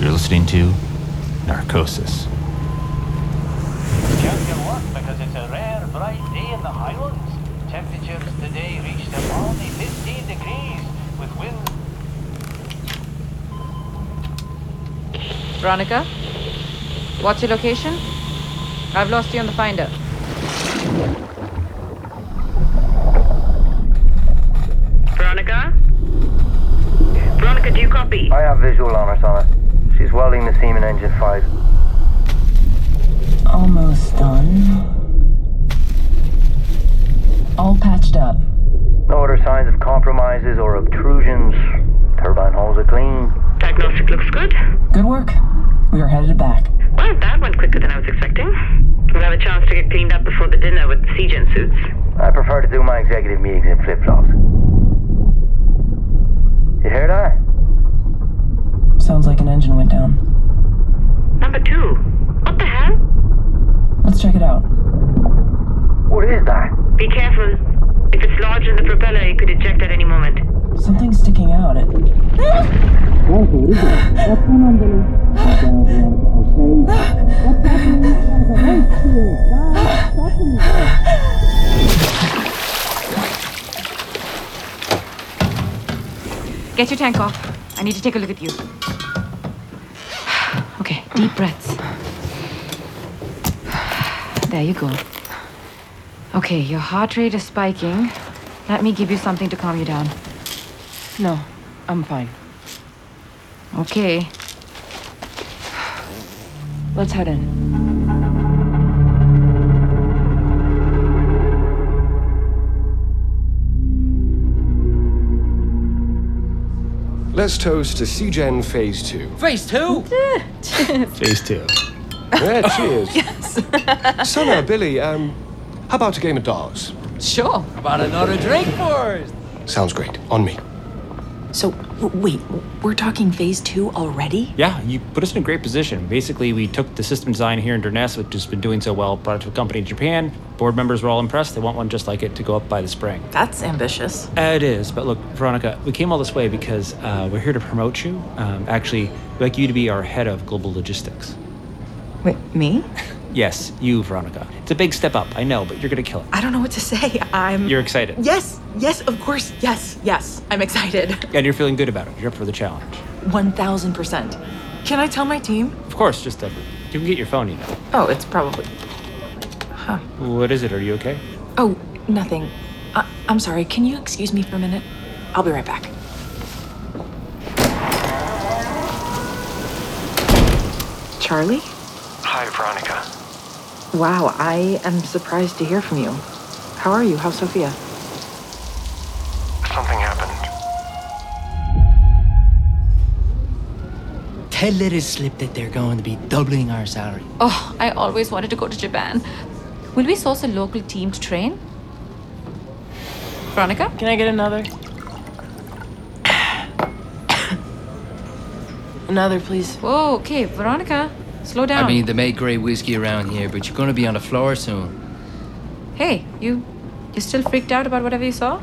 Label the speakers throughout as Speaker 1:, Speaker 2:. Speaker 1: You're listening to Narcosis.
Speaker 2: Just can work because it's a rare bright day in the Highlands. Temperatures today reached a balmy 15 degrees with winds.
Speaker 3: Veronica? What's your location? I've lost you on the finder.
Speaker 4: Veronica? Veronica, do you copy?
Speaker 5: I have visual on her, Sana. She's welding the seam in engine 5.
Speaker 6: Almost done. All patched up.
Speaker 5: No other signs of compromises or obtrusions. Turbine holes are clean.
Speaker 4: Diagnostic looks good.
Speaker 6: Good work. We are headed back.
Speaker 4: Well, that went quicker than I was expecting. We'll have a chance to get cleaned up before the dinner with sea gen suits.
Speaker 5: I prefer to do my executive meetings in flip flops. You hear that?
Speaker 6: Sounds like an engine went down.
Speaker 4: Number two. What the hell?
Speaker 6: Let's check it out.
Speaker 5: What is that?
Speaker 4: Be careful. If it's lodged in the propeller, it could eject at any moment.
Speaker 6: Something's sticking out. It
Speaker 3: Get your tank off. I need to take a look at you. Okay, deep breaths. There you go. Okay, your heart rate is spiking. Let me give you something to calm you down. No, I'm fine. Okay. Let's head in.
Speaker 7: Let's toast to CGen Phase 2. Phase 2? Phase 2. Yeah, cheers. Yes. Sana, Billy, um, how about a game of darts?
Speaker 8: Sure. About another drink first.
Speaker 7: Sounds great. On me.
Speaker 8: So, w- wait, w- we're talking phase two already?
Speaker 9: Yeah, you put us in a great position. Basically, we took the system design here in Durness, which has been doing so well, brought it to a company in Japan. Board members were all impressed. They want one just like it to go up by the spring.
Speaker 8: That's ambitious.
Speaker 9: It is, but look, Veronica, we came all this way because uh, we're here to promote you. Um, actually, we'd like you to be our head of global logistics.
Speaker 8: Wait, me?
Speaker 9: Yes, you, Veronica. It's a big step up, I know, but you're gonna kill it.
Speaker 8: I don't know what to say. I'm.
Speaker 9: You're excited.
Speaker 8: Yes, yes, of course, yes, yes. I'm excited.
Speaker 9: And you're feeling good about it. You're up for the challenge.
Speaker 8: 1000%. Can I tell my team?
Speaker 9: Of course, just uh you can get your phone, you know.
Speaker 8: Oh, it's probably.
Speaker 9: What is it? Are you okay?
Speaker 8: Oh, nothing. I- I'm sorry. Can you excuse me for a minute? I'll be right back. Charlie?
Speaker 7: Hi, Veronica.
Speaker 8: Wow, I am surprised to hear from you. How are you? How's Sophia?
Speaker 7: Something happened.
Speaker 10: Ted let it slip that they're going to be doubling our salary.
Speaker 3: Oh, I always wanted to go to Japan. Will we source a local team to train? Veronica?
Speaker 8: Can I get another?
Speaker 3: Another, please. Whoa, okay, Veronica, slow down.
Speaker 10: I mean, they make great whiskey around here, but you're gonna be on the floor soon.
Speaker 3: hey, you, you still freaked out about whatever you saw?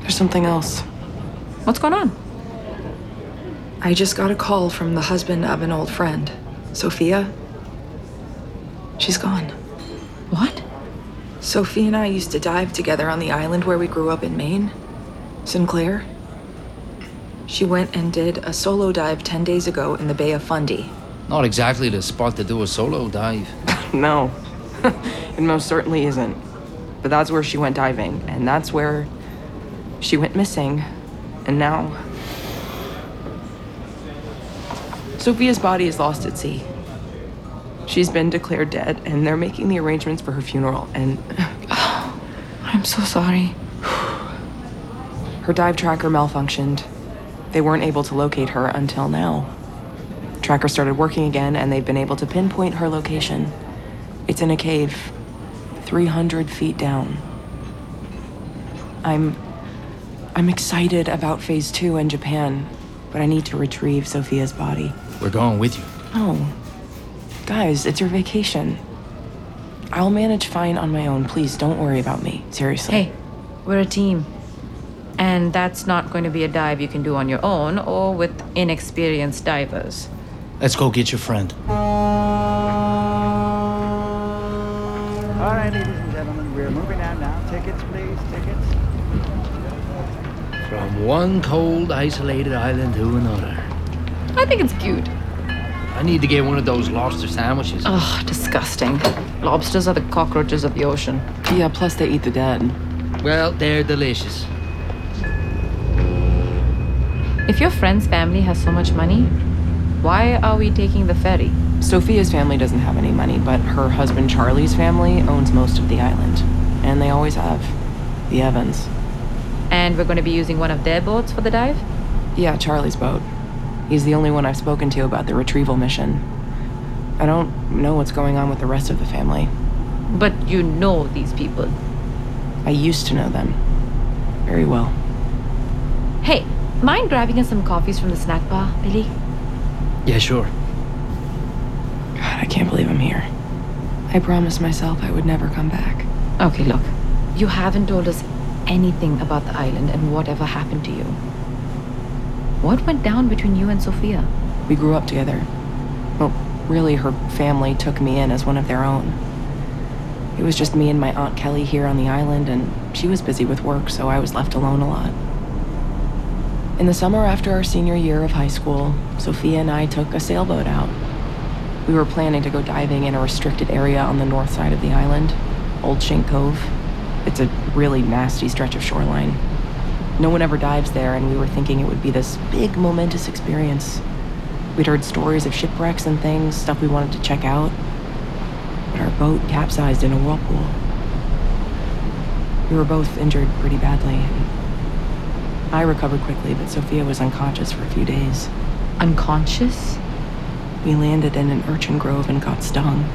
Speaker 6: There's something else.
Speaker 3: What's going on?
Speaker 8: I just got a call from the husband of an old friend, Sophia. She's gone.
Speaker 3: What?
Speaker 8: Sophia and I used to dive together on the island where we grew up in Maine, Sinclair. She went and did a solo dive 10 days ago in the Bay of Fundy.
Speaker 10: Not exactly the spot to do a solo dive.
Speaker 6: No. it most certainly isn't. But that's where she went diving, and that's where she went missing. And now. Sophia's body is lost at sea. She's been declared dead, and they're making the arrangements for her funeral, and.
Speaker 3: I'm so sorry.
Speaker 6: Her dive tracker malfunctioned. They weren't able to locate her until now. Tracker started working again, and they've been able to pinpoint her location. It's in a cave, 300 feet down. I'm. I'm excited about phase two in Japan, but I need to retrieve Sophia's body.
Speaker 10: We're going with you.
Speaker 6: Oh. Guys, it's your vacation. I'll manage fine on my own. Please don't worry about me. Seriously.
Speaker 3: Hey, we're a team. And that's not going to be a dive you can do on your own or with inexperienced divers.
Speaker 10: Let's go get your friend.
Speaker 11: All right, ladies and gentlemen, we're moving on now. Tickets, please, tickets.
Speaker 10: From one cold, isolated island to another.
Speaker 3: I think it's cute.
Speaker 10: I need to get one of those lobster sandwiches.
Speaker 3: Ugh, disgusting. Lobsters are the cockroaches of the ocean.
Speaker 6: Yeah, plus they eat the dead.
Speaker 10: Well, they're delicious.
Speaker 3: If your friend's family has so much money, why are we taking the ferry?
Speaker 6: Sophia's family doesn't have any money, but her husband Charlie's family owns most of the island. And they always have. The Evans.
Speaker 3: And we're going to be using one of their boats for the dive?
Speaker 6: Yeah, Charlie's boat. He's the only one I've spoken to about the retrieval mission. I don't know what's going on with the rest of the family.
Speaker 3: But you know these people.
Speaker 6: I used to know them. Very well.
Speaker 3: Hey, mind grabbing us some coffees from the snack bar, Billy?
Speaker 10: Yeah, sure.
Speaker 6: God, I can't believe I'm here. I promised myself I would never come back.
Speaker 3: Okay, look. You haven't told us anything about the island and whatever happened to you. What went down between you and Sophia?
Speaker 6: We grew up together. Well, really, her family took me in as one of their own. It was just me and my Aunt Kelly here on the island, and she was busy with work, so I was left alone a lot. In the summer after our senior year of high school, Sophia and I took a sailboat out. We were planning to go diving in a restricted area on the north side of the island, Old Shink Cove. It's a really nasty stretch of shoreline. No one ever dives there, and we were thinking it would be this big, momentous experience. We'd heard stories of shipwrecks and things, stuff we wanted to check out. But our boat capsized in a whirlpool. We were both injured pretty badly. I recovered quickly, but Sophia was unconscious for a few days.
Speaker 3: Unconscious?
Speaker 6: We landed in an urchin grove and got stung.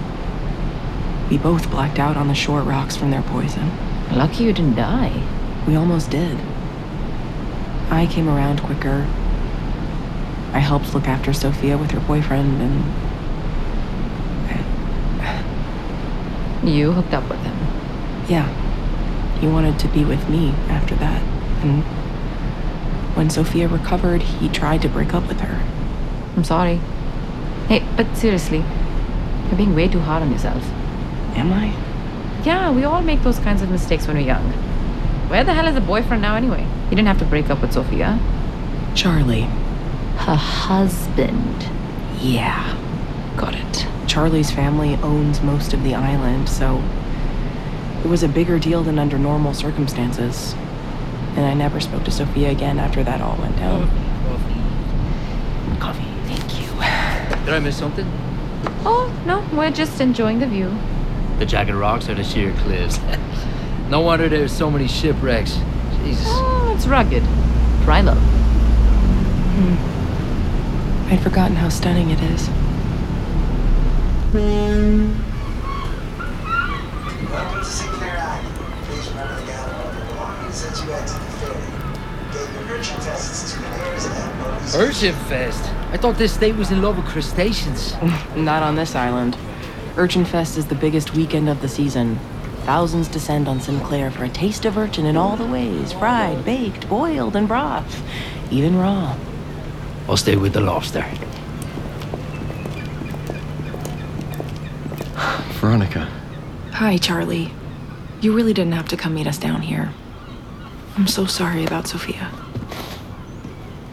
Speaker 6: We both blacked out on the shore rocks from their poison.
Speaker 3: Lucky you didn't die.
Speaker 6: We almost did. I came around quicker. I helped look after Sophia with her boyfriend, and
Speaker 3: You hooked up with him.
Speaker 6: yeah, he wanted to be with me after that. And when Sophia recovered, he tried to break up with her.
Speaker 3: I'm sorry. Hey, but seriously, you're being way too hard on yourself.
Speaker 6: Am I?
Speaker 3: Yeah, we all make those kinds of mistakes when we're young. Where the hell is the boyfriend now, anyway? He didn't have to break up with Sophia.
Speaker 6: Charlie.
Speaker 3: Her husband.
Speaker 6: Yeah. Got it. Charlie's family owns most of the island, so it was a bigger deal than under normal circumstances. And I never spoke to Sophia again after that all went down. Coffee, thank you.
Speaker 10: Did I miss something?
Speaker 3: Oh, no, we're just enjoying the view.
Speaker 10: The jagged rocks or the sheer cliffs? no wonder there's so many shipwrecks. Jesus.
Speaker 3: Oh, it's rugged. Dry love.
Speaker 6: I'd forgotten how stunning it is.
Speaker 12: Welcome to Sinclair Island. Please remember the guideline that belonging since you exit the ferry. Gave your urchin tests to players at Murray's.
Speaker 10: Urchin Fest. I thought this state was in love with crustaceans.
Speaker 6: Not on this island. Urchin Fest is the biggest weekend of the season. Thousands descend on Sinclair for a taste of urchin in all the ways fried, baked, boiled, and broth, even raw.
Speaker 10: I'll stay with the lobster.
Speaker 13: Veronica.
Speaker 8: Hi, Charlie. You really didn't have to come meet us down here. I'm so sorry about Sophia.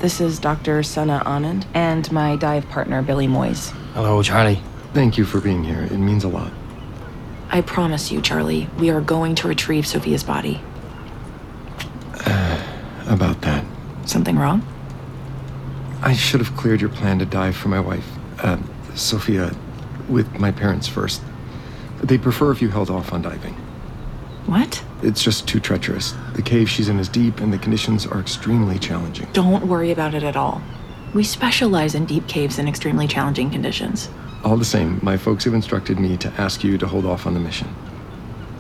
Speaker 6: This is Dr. Sana Anand and my dive partner, Billy Moyes.
Speaker 13: Hello, Charlie. Thank you for being here. It means a lot.
Speaker 8: I promise you, Charlie, we are going to retrieve Sophia's body.
Speaker 13: About that,
Speaker 8: Something wrong?
Speaker 13: I should have cleared your plan to dive for my wife, uh, Sophia, with my parents first. But they prefer if you held off on diving.
Speaker 8: What?
Speaker 13: It's just too treacherous. The cave she's in is deep, and the conditions are extremely challenging.
Speaker 8: Don't worry about it at all. We specialize in deep caves in extremely challenging conditions.
Speaker 13: All the same, my folks have instructed me to ask you to hold off on the mission.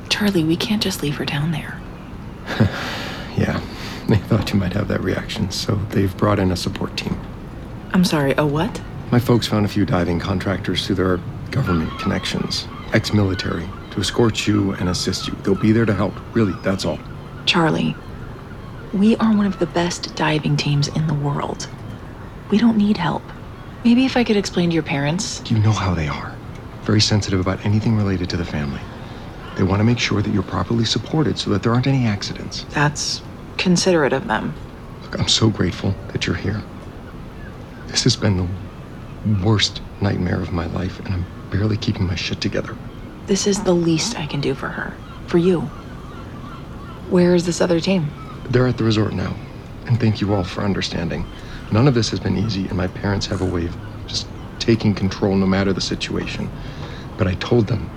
Speaker 8: Charlie, we can't just leave her down there.
Speaker 13: Yeah, they thought you might have that reaction, so they've brought in a support team.
Speaker 8: I'm sorry, a what?
Speaker 13: My folks found a few diving contractors through their government connections, ex military, to escort you and assist you. They'll be there to help, really, that's all.
Speaker 8: Charlie, we are one of the best diving teams in the world. We don't need help. Maybe if I could explain to your parents.
Speaker 13: You know how they are. Very sensitive about anything related to the family. They want to make sure that you're properly supported so that there aren't any accidents.
Speaker 8: That's considerate of them.
Speaker 13: Look, I'm so grateful that you're here. This has been the worst nightmare of my life, and I'm barely keeping my shit together.
Speaker 8: This is the least I can do for her. For you. Where is this other team?
Speaker 13: They're at the resort now, and thank you all for understanding. None of this has been easy, and my parents have a way of just taking control no matter the situation. But I told them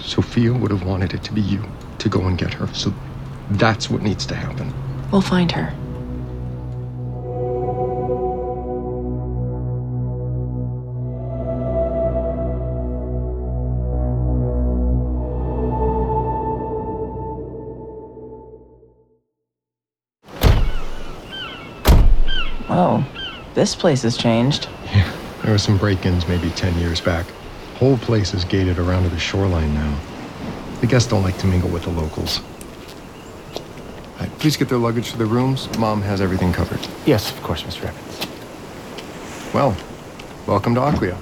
Speaker 13: Sophia would have wanted it to be you to go and get her, so that's what needs to happen.
Speaker 8: We'll find her.
Speaker 6: Whoa, this place has changed.
Speaker 13: There were some break ins maybe 10 years back. Whole place is gated around to the shoreline now. The guests don't like to mingle with the locals. All right, please get their luggage to their rooms. Mom has everything covered. Yes, of course, Mr. Evans. Well, welcome to Aquia.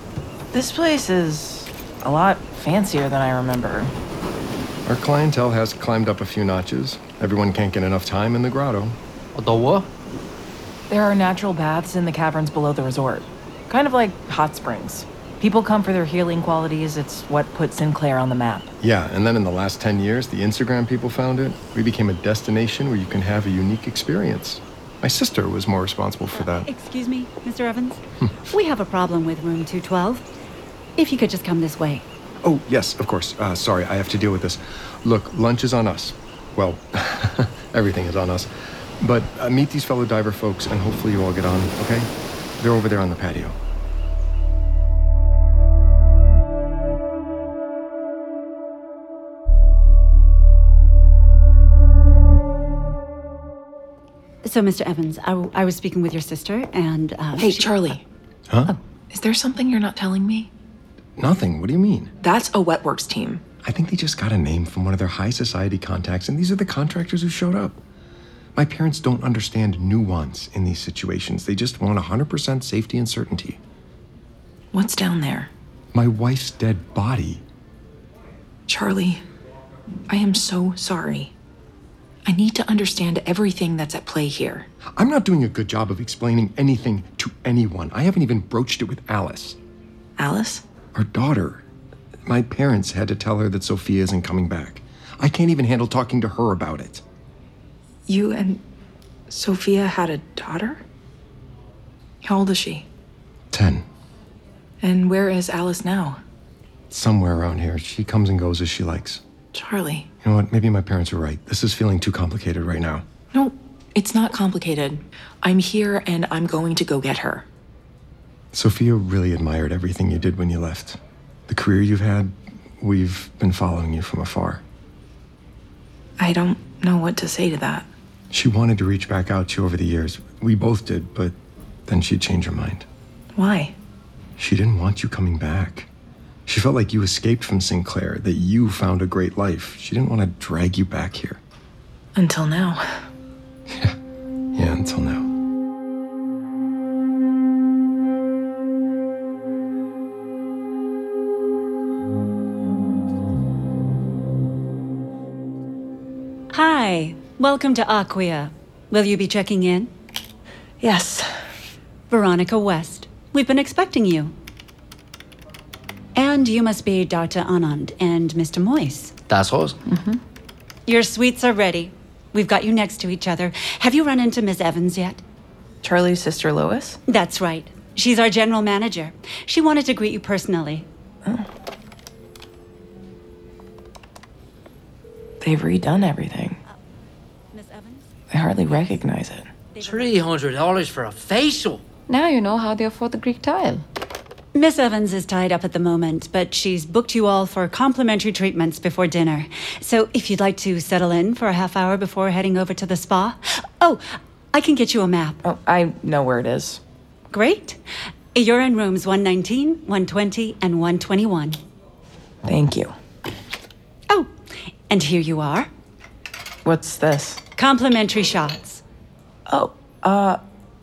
Speaker 6: This place is a lot fancier than I remember.
Speaker 13: Our clientele has climbed up a few notches. Everyone can't get enough time in the grotto. The what?
Speaker 6: There are natural baths in the caverns below the resort, kind of like hot springs. People come for their healing qualities. It's what puts Sinclair on the map.
Speaker 13: Yeah, and then in the last 10 years, the Instagram people found it. We became a destination where you can have a unique experience. My sister was more responsible for that.
Speaker 14: Excuse me, Mr. Evans?
Speaker 9: Hmm.
Speaker 14: we have a problem with room 212. If you could just come this way.
Speaker 13: Oh, yes, of course. Uh, sorry, I have to deal with this. Look, lunch is on us. Well, everything is on us. But uh, meet these fellow diver folks, and hopefully you all get on, okay? They're over there on the patio.
Speaker 14: So, Mr. Evans, I, w- I was speaking with your sister, and uh,
Speaker 8: Hey,
Speaker 14: she-
Speaker 8: Charlie. Oh,
Speaker 13: Huh?
Speaker 8: Is there something you're not telling me?
Speaker 13: Nothing. What do you mean?
Speaker 8: That's a Wetworks team.
Speaker 13: I think they just got a name from one of their high society contacts, and these are the contractors who showed up. My parents don't understand nuance in these situations. They just want 100% safety and certainty.
Speaker 8: What's down there?
Speaker 13: My wife's dead body.
Speaker 8: Charlie, I am so sorry. I need to understand everything that's at play here.
Speaker 13: I'm not doing a good job of explaining anything to anyone. I haven't even broached it with Alice.
Speaker 8: Alice?
Speaker 13: Our daughter. My parents had to tell her that Sophia isn't coming back. I can't even handle talking to her about it.
Speaker 8: You and Sophia had a daughter? How old is she?
Speaker 13: 10.
Speaker 8: And where is Alice now?
Speaker 13: Somewhere around here, she comes and goes as she likes.
Speaker 8: Charlie.
Speaker 13: You know what? Maybe my parents were right. This is feeling too complicated right now.
Speaker 8: No, it's not complicated. I'm here and I'm going to go get her.
Speaker 13: Sophia really admired everything you did when you left. The career you've had, we've been following you from afar.
Speaker 8: I don't know what to say to that.
Speaker 13: She wanted to reach back out to you over the years. We both did, but
Speaker 6: Then she'd change her mind.
Speaker 15: Why?
Speaker 6: She didn't want you coming back. She felt like you escaped from Sinclair, that you found a great life. She didn't want to drag you back here.
Speaker 15: Until now.
Speaker 6: Yeah, until now.
Speaker 13: Hi, welcome to Aquia. Will you be checking in?
Speaker 15: Yes.
Speaker 13: Veronica West. We've been expecting you. And you must be Dr. Anand and Mr. Moise.
Speaker 10: That's us.
Speaker 13: Your suites are ready. We've got you next to each other. Have you run into Miss Evans yet?
Speaker 15: Charlie's sister Lois?
Speaker 13: That's right. She's our general manager. She wanted to greet you personally.
Speaker 9: They've redone everything. I hardly recognize it.
Speaker 10: $300 for a facial.
Speaker 3: Now you know how they afford the Greek tile.
Speaker 13: Miss Evans is tied up at the moment, but she's booked you all for complimentary treatments before dinner. So if you'd like to settle in for a half hour before heading over to the spa. Oh, I can get you a map.
Speaker 9: Oh, I know where it is.
Speaker 13: Great. You're in rooms 119, 120, and 121.
Speaker 9: Thank you.
Speaker 13: Oh, And here you are.
Speaker 9: What's this?
Speaker 13: Complimentary shots.
Speaker 9: Oh, uh,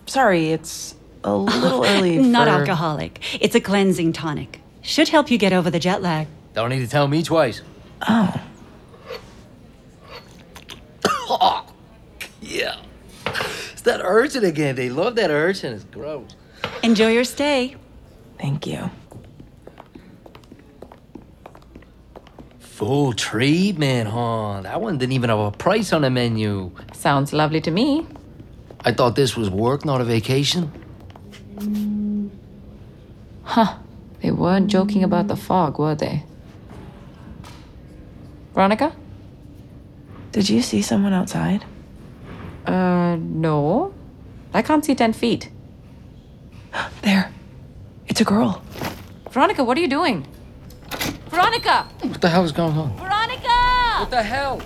Speaker 9: sorry, it's a little early.
Speaker 13: Not
Speaker 9: for-
Speaker 13: alcoholic. It's a cleansing tonic. Should help you get over the jet lag.
Speaker 10: Don't need to tell me twice.
Speaker 9: Oh.
Speaker 10: Yeah. It's that urchin again. They love that urchin. It's gross.
Speaker 13: Enjoy your stay.
Speaker 9: Thank you.
Speaker 10: Full treatment, huh? That one didn't even have a price on the menu.
Speaker 3: Sounds lovely to me.
Speaker 10: I thought this was work, not a vacation.
Speaker 3: Huh. They weren't joking about the fog, were they? Veronica?
Speaker 9: Did you see someone outside?
Speaker 3: Uh, no. I can't see 10 feet.
Speaker 9: There. It's a girl.
Speaker 3: Veronica, what are you doing? Veronica!
Speaker 10: What the hell is going on?
Speaker 3: Veronica! What
Speaker 10: the hell?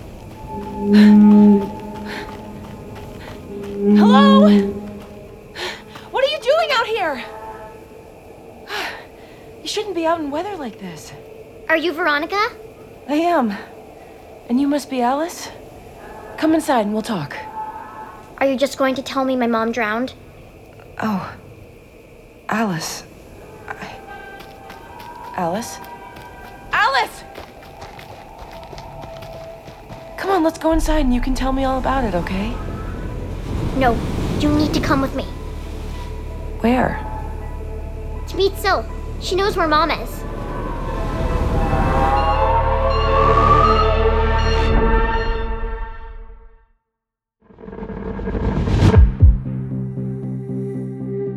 Speaker 3: Hello?
Speaker 9: What are you doing out here? You shouldn't be out in weather like this.
Speaker 16: Are you Veronica?
Speaker 9: I am. And you must be Alice? Come inside and we'll talk.
Speaker 16: Are you just going to tell me my mom drowned?
Speaker 9: Oh. Alice. I... Alice? Alice! Come on, let's go inside and you can tell me all about it, okay?
Speaker 16: No, you need to come with me.
Speaker 9: Where?
Speaker 16: To meet Sil. She knows where mom is.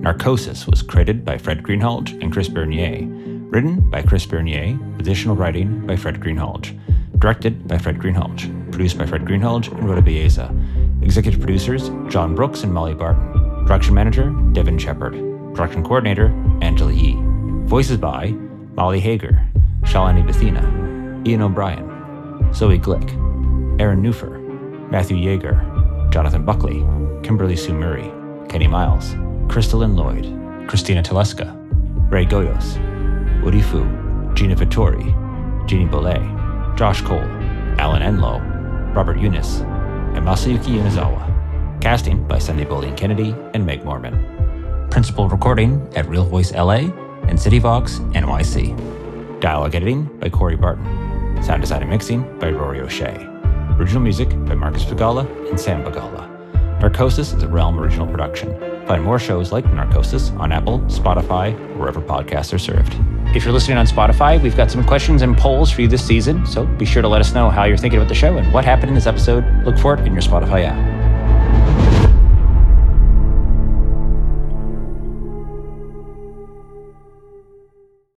Speaker 1: Narcosis was created by Fred Greenhalgh and Chris Bernier, written by Chris Bernier, with additional writing by Fred Greenhalgh, directed by Fred Greenhalgh, produced by Fred Greenhalgh and Rhoda Baeza, executive producers John Brooks and Molly Barton, production manager Devin Shepard, production coordinator Angela Yee, voices by Molly Hager, Shalini Bethina, Ian O'Brien, Zoe Glick, Aaron Newfer, Matthew Yeager, Jonathan Buckley, Kimberly Sue Murray, Kenny Miles, Crystalline Lloyd, Christina Teleska, Ray Goyos, Woody Fu, Gina Vittori, Jeannie Bolet, Josh Cole, Alan Enlow, Robert Eunice, and Masayuki Unizawa. Casting by Sunday Bowling Kennedy and Meg Mormon. Principal recording at Real Voice LA and CityVox NYC. Dialogue editing by Corey Barton. Sound design and mixing by Rory O'Shea. Original music by Marcus Pagala and Sam Pagala. Narcosis is a Realm original production. Find more shows like Narcosis on Apple, Spotify, or wherever podcasts are served. If you're listening on Spotify, we've got some questions and polls for you this season, so be sure to let us know how you're thinking about the show and what happened in this episode. Look for it in your Spotify app.